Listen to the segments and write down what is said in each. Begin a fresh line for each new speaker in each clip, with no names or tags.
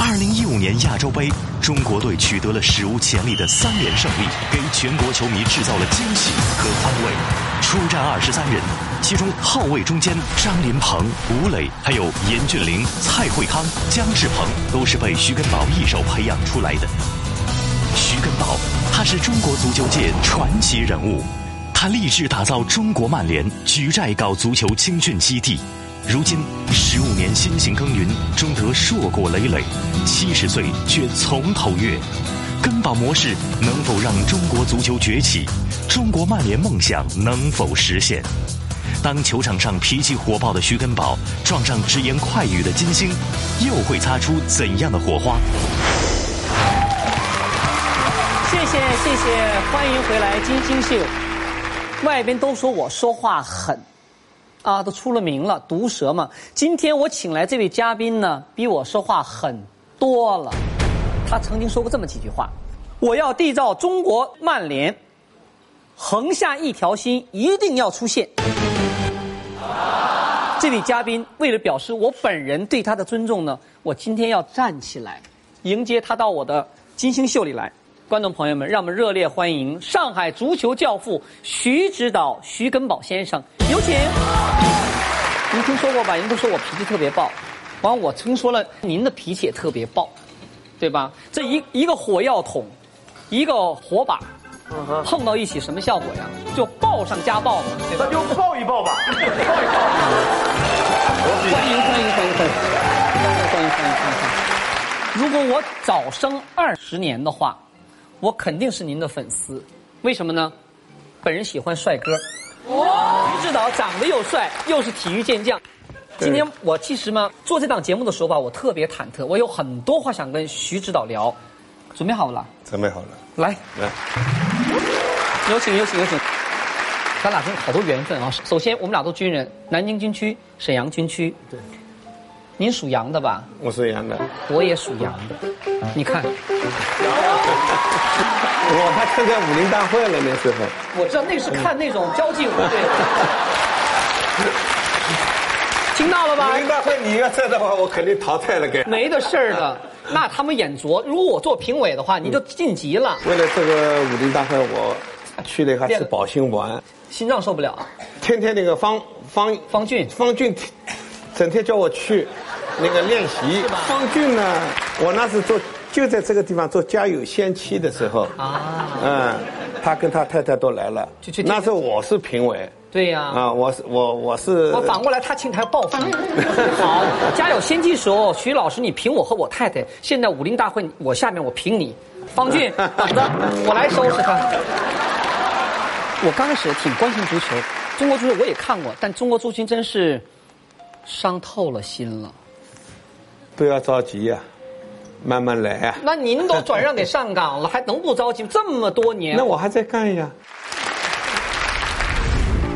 二零一五年亚洲杯，中国队取得了史无前例的三连胜利，给全国球迷制造了惊喜和安慰。出战二十三人，其中号位中间张琳芃、吴磊，还有严俊凌、蔡慧康、姜志鹏，都是被徐根宝一手培养出来的。徐根宝，他是中国足球界传奇人物，他立志打造中国曼联，举债搞足球青训基地。如今十五年辛勤耕耘，终得硕果累累，七十岁却从头越。根宝模式能否让中国足球崛起？中国曼联梦想能否实现？当球场上脾气火爆的徐根宝撞上直言快语的金星，又会擦出怎样的火花？
谢谢谢谢，欢迎回来，金星秀。外边都说我说话狠，啊，都出了名了，毒舌嘛。今天我请来这位嘉宾呢，比我说话狠多了。他曾经说过这么几句话：我要缔造中国曼联，横下一条心，一定要出现。这位嘉宾为了表示我本人对他的尊重呢，我今天要站起来，迎接他到我的金星秀里来。观众朋友们，让我们热烈欢迎上海足球教父徐指导徐根宝先生，有请。您听说过吧？人都说我脾气特别暴，完我听说了您的脾气也特别暴，对吧？这一一个火药桶，一个火把，
嗯
碰到一起什么效果呀？就爆上加爆嘛，对吧
那？就抱一抱吧。
欢迎欢迎欢迎欢迎欢迎欢迎欢迎欢迎欢迎！如果我早生二十年的话，我肯定是您的粉丝。为什么呢？本人喜欢帅哥。
哦
徐指导长得又帅，又是体育健将。今天我其实嘛，做这档节目的时候吧，我特别忐忑，我有很多话想跟徐指导聊。准备好了？
准备好了，
来，
来，
有请有请有请！咱俩真有好多缘分啊！首先，我们俩都军人，南京军区、沈阳军区。对。您属羊的吧？
我是杨的，
我也属羊的。你看，
我还参加武林大会了那时候，
我知道那是看那种交际舞对。 听到了吧？
武林大会你要在的话，我肯定淘汰了给。
没的事儿的。那他们眼拙，如果我做评委的话，你就晋级了，
为了这个武林大会，我去了一下吃保心丸，
心脏受不了。
天天那个方方
方俊
方俊，整天叫我去那个练习。方俊呢，我那时做就在这个地方做《家有仙妻》的时候
啊
啊，嗯，他跟他太太都来了
就就，
那时候我是评委。
对呀、
啊，我是我我是
我反过来，他请台报复。 好，家有仙妻时候，徐老师你评我和我太太；现在武林大会，我下面我评你。方 俊，等着，我来收拾他。 我刚开始挺关心足球，中国足球我也看过，但中国足球真是伤透了心了。
不要着急呀、慢慢来啊。
那您都转让给上港了，还能不着急吗？这么多年，
那我还在干呀。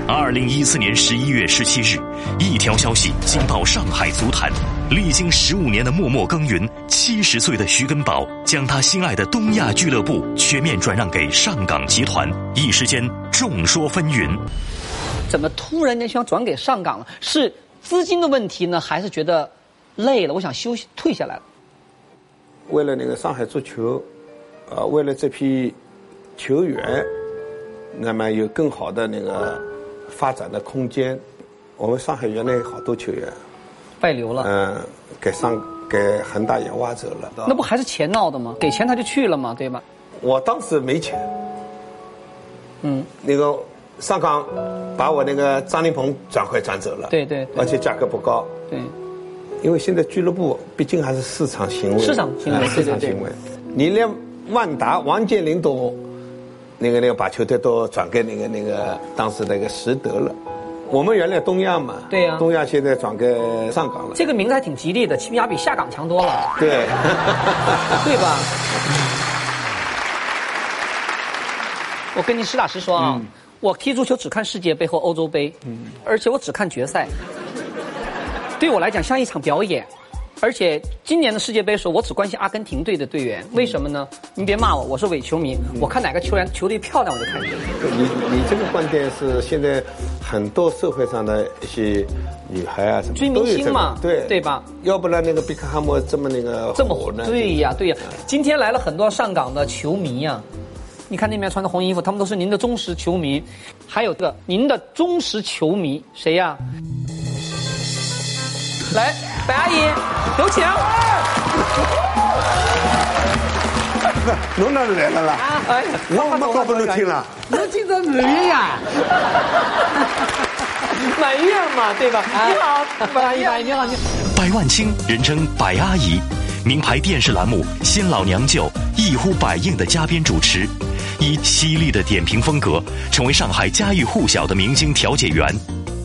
二零一四年十一月十七日，一条消息惊爆上海足坛。历经十五年的默默耕耘，七十岁的徐根宝将他心爱的东亚俱乐部全面转让给上港集团，一时间众说纷纭。
怎么突然间想转给上港了？是资金的问题呢，还是觉得累了，我想休息退下来了？
为了那个上海足球，呃，为了这批球员，那么有更好的那个发展的空间。我们上海原来有好多球员，
外流了。
嗯、给上给恒大也挖走了。
那不还是钱闹的吗？给钱他就去了嘛，对吧？
我当时没钱，嗯，那个上港把我那个张琳芃转会转走了，
对对对
而且价格不高，
对，
因为现在俱乐部毕竟还是市场行为，
市场行为
哎
对
市场
对对
行为。你连万达王健林都，那个那个把球队都转给那个那个当时那个实德了。我们原来东亚嘛，
对呀
东亚现在转给上港了，
这个名字还挺吉利的，起码比下岗强多了，
对，
对吧？我跟你实打实说啊，我踢足球只看世界杯和欧洲杯，而且我只看决赛。对我来讲，像一场表演。而且今年的世界杯的时候，我只关心阿根廷队的队员，为什么呢？您别骂我，我是伪球迷，我看哪个球员球队漂亮我就看谁。
你你这个观点是现在很多社会上的一些女孩啊什么
追明星嘛
都有这个对
对吧？
要不然那个贝克汉姆这么那个
这么
火呢？
对呀，对呀。今天来了很多上港的球迷呀、你看那边穿的红衣服，他们都是您的忠实球迷，还有这个您的忠实球迷谁呀、来，白阿姨，有请。
侬哪能来了啦？
啊，哎呀，
我没搞拨侬听啦。
侬今朝满月呀？
满月嘛，对吧？你好，白阿姨，白阿姨你好，你好。
百万青人称百阿姨，名牌电视栏目《新老娘舅》一呼百应的嘉宾主持，以犀利的点评风格，成为上海家喻户晓的明星调解员。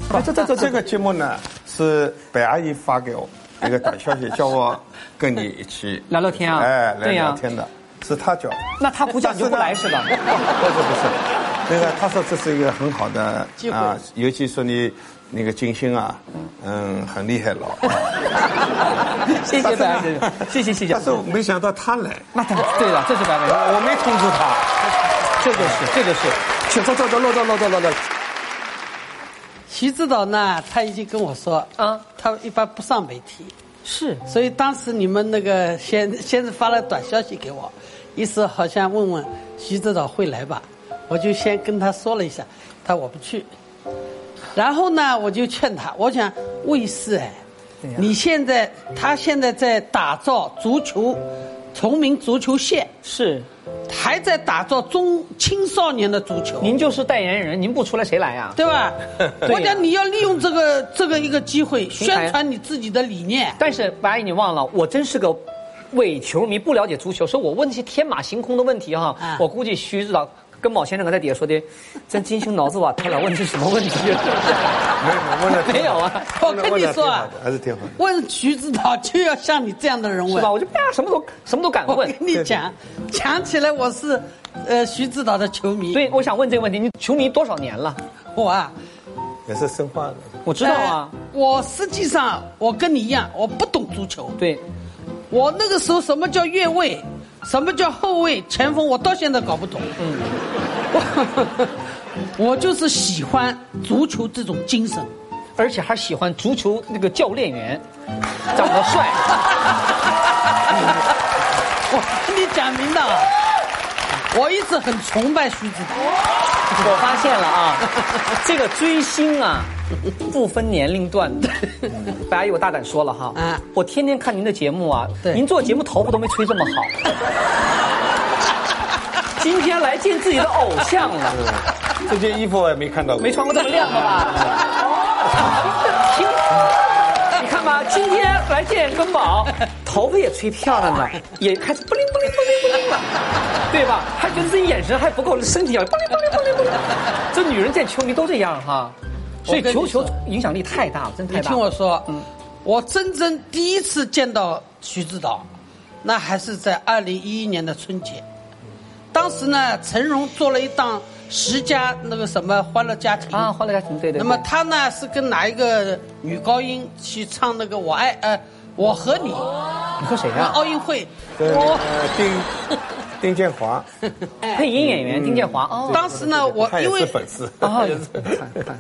啊这这这这个节目呢，是白阿姨发给我一个短消息，叫我跟你一起
聊聊天啊
哎，来
对呀
聊天的，是她叫我。
那他不叫你就不来是吧？
不是不是，那个他说这是一个很好的啊，尤其说你那个金星啊，嗯，很 厉害了。
谢谢白阿姨，谢谢谢谢
但。是我没想到他来，
那当然对了，这是白白的，
我没通知他。
这就是这就是。
走走走走，落座落座落座。
徐指导呢，他已经跟我说，
啊
啊，他一般不上媒体，
是
所以当时你们那个先 先是发了短消息给我，意思好像问问徐指导会来吧，我就先跟他说了一下，他我不去，然后呢，我就劝他，我想卫视哎，你现在他现在在打造足球，崇明足球线，
是，
还在打造中青少年的足球，
您就是代言人，您不出来谁来呀？
对吧？
呀
我讲你要利用 这个这个一个机会
平台
宣传你自己的理念。
但是白阿姨，你忘了，我真是个伪球迷，不了解足球，所以我问那些天马行空的问题哈，
啊
我估计徐指导跟毛先生在底下说的，咱金星脑子瓦特了，问这什么问题？
没有问了
没有啊，
我跟你说啊，
还是挺好的。
问徐指导就要像你这样的人
是
问
吧？。我就啪，什么都什么都敢
我
问
跟。你讲，讲起来我是，呃，徐指导的球迷。
所以我想问这个问题，你球迷多少年了？
我啊，
也是生化的。
我知道啊，
呃我实际上我跟你一样，我不懂足球。
对，
我那个时候什么叫越位，什么叫后卫、前锋，我到现在搞不懂。嗯， 我 我就是喜欢足球这种精神。
而且还喜欢足球那个教练员，长得帅。
我跟你讲明的啊，我一直很崇拜徐指导。
我发现了啊，这个追星啊，不分年龄段的。白阿姨，我大胆说了哈，
啊
我天天看您的节目啊，
对
您做节目头发都没吹这么好。 今天来见自己的偶像了，
这件衣服我也没看到过
没。穿过这么亮的吧？听 你看吧，今天来见根宝，头发也吹漂亮了，也开始不灵不灵不灵不灵了，对吧？还觉得自己眼神还不够，身体要不灵不灵不灵不灵。这女人见球迷都这样哈，所以
我跟你
球球
说
影响力太大了，真太
你
大。
听我，说，
嗯
我真正第一次见到徐指导，那还是在二零一一年的春节。当时呢，陈荣做了一档十佳那个什么欢乐家庭
啊，欢乐家庭，对对。
那么他呢是跟哪一个女高音去唱那个我爱呃我和你
对你和谁啊呀、
奥运会，
啊对
我
呃丁丁建华，
哦
配音演员丁建华 哦，
当时呢 我
他也
因
是
为哦
粉丝。
哎
啊，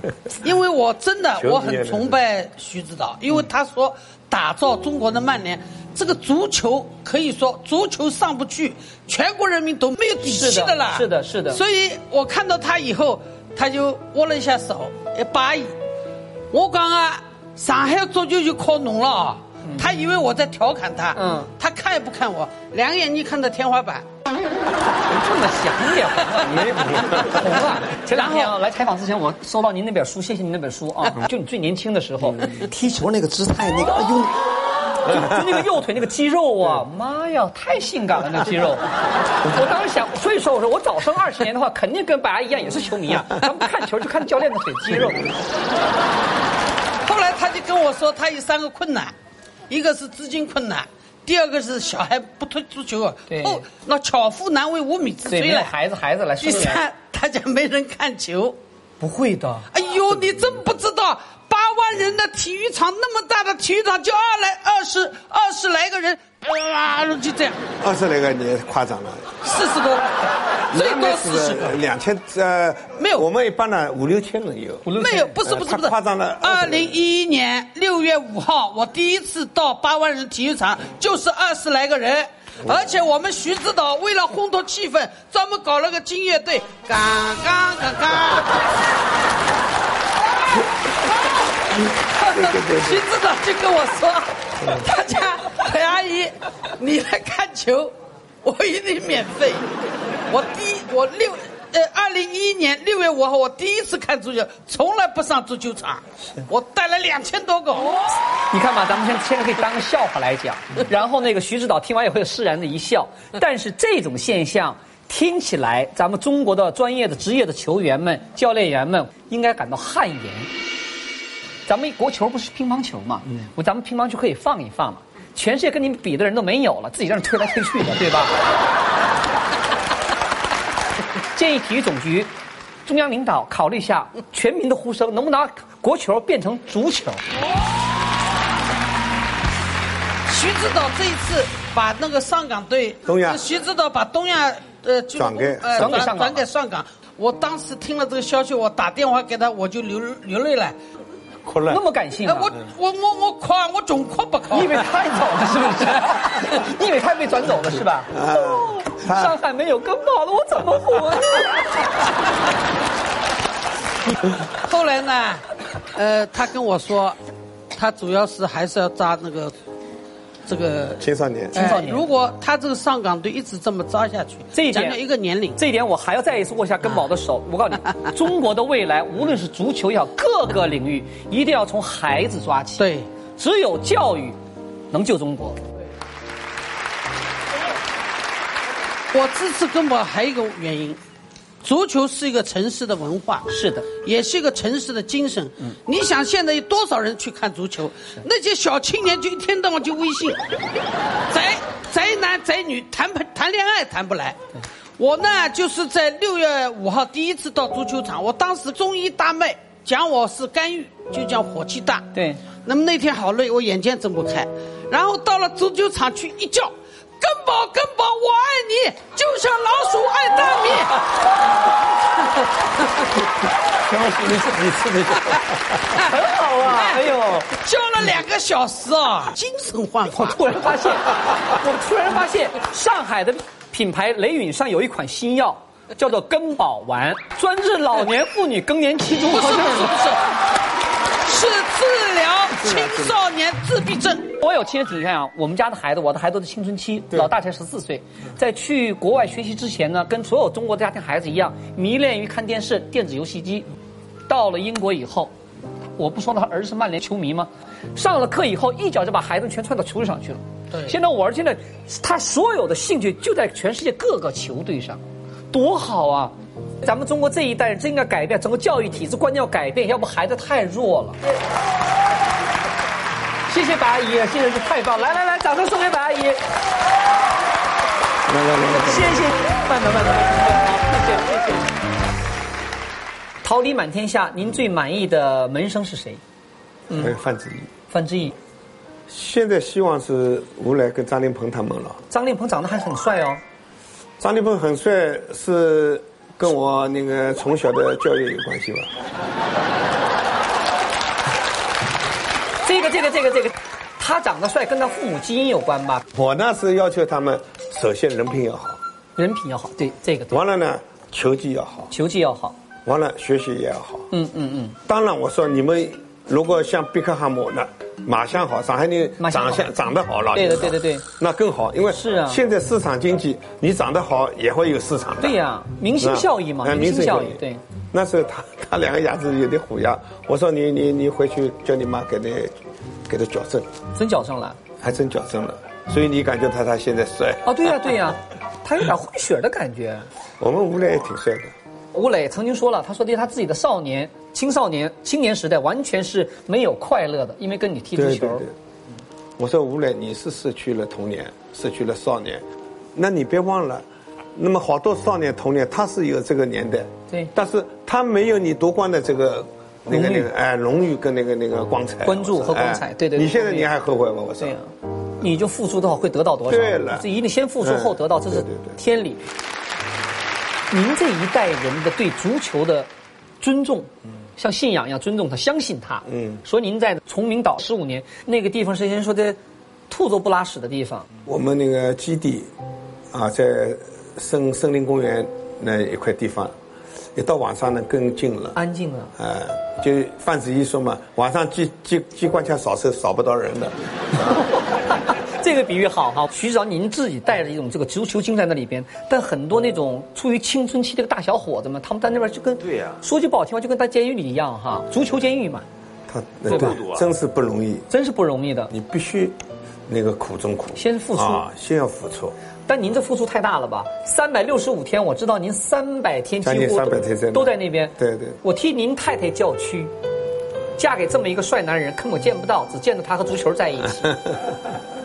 因为我真的
球迷
我很崇拜徐指导，因为他说打造中国的曼联，这个足球可以说足球上不去，全国人民都没有底气的啦。
是的是的是的
所以我看到他以后，他就握了一下手，一巴一。我讲啊，上海足球就靠侬了啊！他以为我在调侃他，
嗯
他看也不看我，两个眼睛看着天花板。
这么想点儿，没红了。 前两天
然
啊，来采访之前，我收到您那本书，谢谢您那本书 啊。就你最年轻的时 候，
踢球那个姿态，那个哎呦，
就 就那个右腿那个肌肉啊，妈呀，太性感了那个肌 肉。我当时想，所以说我说我早生二十年的话，肯定跟白阿姨一样也是球迷啊。咱们不看球就看教练的腿肌 肉。
后来他就跟我说，他有三个困难，一个是资金困难，第二个是小孩不踢足球，
对
后那巧妇难为无米之
对，没
炊
有
了。
孩子，孩子来收
第
敛。
三，他讲没人看球。
不会的，
哎呦，你真不知道，八万人的体育场，那么大的体育场就二来二十二十来个人，啊，就这样，
二十来个你夸张了，
四十多， 最多四十个。
两千呃
没有
我们一般呢五六千人有，
没有，不是不
呃
是
他
不是，
夸张了
二
20
零一一年六月五号，我第一次到八万人体育场，就是二十来个人，
哦
而且我们徐指导为了烘托气氛，专门搞了个金乐队，嘎嘎嘎嘎。 徐指导就跟我说：“大家，哎阿姨，你来看球，我一定免费。我第一，我六呃，二零一一年六月五号，我第一次看足球，从来不上足球场，我带了两千多个。
哦
你看吧，咱们现现在可以当个笑话来讲。然后那个徐指导听完也会释然的一笑。嗯但是这种现象听起来，咱们中国的专业的职业的球员们、教练员们应该感到汗颜。咱们国球不是乒乓球嘛？我咱们乒乓球可以放一放嘛？全世界跟你比的人都没有了，自己在那推来推去的，对 吧？建议体育总局、中央领导考虑一下全民的呼声，能不能把国球变成足球？
徐指导这一次把那个上港队，呃
东亚
徐指导把东亚呃俱乐
转
部
给
呃
转给上港
转转给上港。我当时听了这个消息，我打电话给他，我就流流泪了。
哭了
那么感性、
哎
啊，
我我我我夸，我总夸不 夸。
你以为他也走了是不是？ 你以为他被转走了是吧？
啊，
上海没有更好的，我怎么活 呢？
后来呢，呃，他跟我说，他主要是还是要扎那个这个
青少年
青少年
哎如果他这个上港队一直这么扎下去，
这一点
讲讲一个年龄，
这一点我还要再一次握下根宝的手。我告诉你，中国的未来，无论是足球也好，各个领域一定要从孩子抓起。，
对，
只有教育能救中国。
我支持根本还有一个原因，足球是一个城市的文化，
是的，
也是一个城市的精神。你想现在有多少人去看足球？那些小青年就一天到晚就微信，宅宅男宅女谈不谈恋爱谈不来。我呢，就是在六月五号第一次到足球场，我当时中医大妹讲我是肝郁，就讲火气大。
对
那么那天好累，我眼睛睁不开，然后到了足球场去一叫，根宝根宝，我爱你，就像老鼠爱大米。
你是你是那个。
很好啊！ 哎呦，
叫了两个小时啊，精神焕
我
发。
突然发现， 我突然发现上海的品牌雷允上有一款新药。叫做根宝丸，专治老年妇女更年期综
不
合
是
症
不
的。
是不是，是治疗青少年自闭症。
我有亲身体验啊，我们家的孩子，我的孩子都是青春期，老大才十四岁，在去国外学习之前呢，跟所有中国家庭孩子一样，迷恋于看电视、电子游戏机。到了英国以后，我不说了，他儿子是曼联球迷吗？上了课以后，一脚就把孩子全踹到球队上去了。
对
现在我儿现在他所有的兴趣就在全世界各个球队上，多好啊！咱们中国这一代人真应该改变整个教育体制，观念要改变，要不孩子太弱了。谢谢白阿姨，谢谢，太棒！来来来，掌声送给白阿姨。来来来，谢谢，慢走慢走，好，谢谢谢谢。桃李满天下，您最满意的门生是谁？
还
嗯
有范志毅。
范志毅，
现在希望是吴来跟张林鹏他们了。
张令鹏长得还很帅哦。
张林鹏很帅，是跟我那个从小的教育有关系吧？
这个这个这个这个，他长得帅跟他父母基因有关吧？
我呢是要求他们，首先人品要好，
人品要好，对这个对，
完了呢球技要好，
球技要好。
完了学习也要好。
嗯嗯嗯，
当然，我说你们如果像贝克汉姆呢，马相好，上海人
马相好
长相长得好了，
对的
你知道
对的对的，
那更好，因为
是啊
现在市场经济，你长得好也会有市场的。
对呀明星效益嘛
啊
哎明星效益。
啊
对
那时候他他两个牙齿有点虎牙，我说你你你回去叫你妈给他给他矫正，
真矫正了。
还真矫正了。所以你感觉他他现在帅，
哦，对呀、对呀、他有点混血的感觉。
我们吴磊也挺帅的。
吴磊曾经说了，他说对他自己的少年、青少年、青年时代完全是没有快乐的，因为跟你踢足
对对
球
对，我说吴磊，你是失去了童年，失去了少年，那你别忘了，那么好多少年童年，他是有这个年代，
对
但是他没有你夺冠的这个那个
荣誉
那个哎，荣誉跟那个那个光彩，
关注和光彩
我操
对对对
你现在你还后悔吗？我操
这！样，啊你就付出多少会得到多少，
对了嗯
这一定先付出后得到，这是
对对对
天理。您这一代人的对足球的尊重，像信仰一样尊重他，相信他。嗯
嗯，
说您在崇明岛十五年，那个地方是人说的兔都不拉屎的地方，
我们那个基地啊，在森森林公园那一块地方，一到晚上呢更近了。
安静啊。
呃，就范子义说嘛，晚上机机机关枪扫射扫不到人的，
这个比喻好哈，徐指导，您自己带着一种这个足球精神在那里边，但很多那种处于青春期的大小伙子们，他们在那边就跟
对呀
说句不好听话，就跟在监狱里一样哈，足球监狱嘛，
他
做不
住啊
真是不容易，
真是不容易的。
你必须那个苦中苦，
先付出
啊，先要付出，
但您这付出太大了吧？三百六十五天，我知道您三百天几
将近
乎
300天在那
都在那边。
对对
我替您太太叫屈，嫁给这么一个帅男人，根本见不到，只见到他和足球在一起。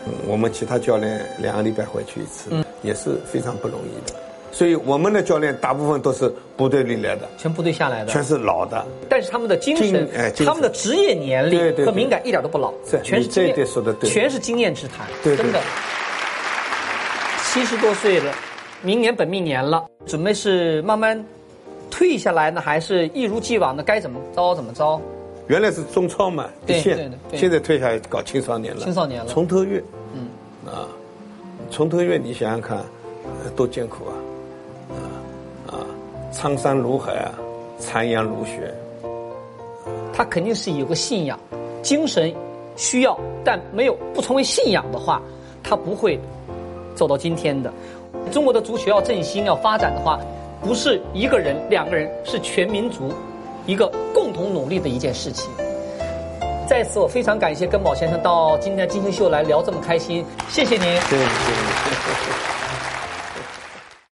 嗯我们其他教练两个礼拜回去一次，
嗯
也是非常不容易的，所以我们的教练大部分都是部队里来的，
全部队下来的，
全是老的。
但是他们的精神
精哎、精神
他们的职业年
对对
龄
对
和敏感一点都不老
是，
全是
你这一
经验
点说得对
全是经验之谈，
对对
真的。七十多岁了，明年本命年了，准备是慢慢退下来呢，还是一如既往的该怎么着怎么着？
原来是中超嘛，
对
一线
对的对
现在退下来搞青少年了，
青少年了
从头越，嗯，啊，从头越，你想想看，呃多艰苦啊，啊啊，苍山如海啊，残阳如血，
他肯定是有个信仰，精神需要，但没有不成为信仰的话，他不会走到今天的。中国的足球要振兴、要发展的话，不是一个人、两个人，是全民族一个共同努力的一件事情。在此，我非常感谢根宝先生到今天金星秀来聊这么开心，谢谢您。
对对。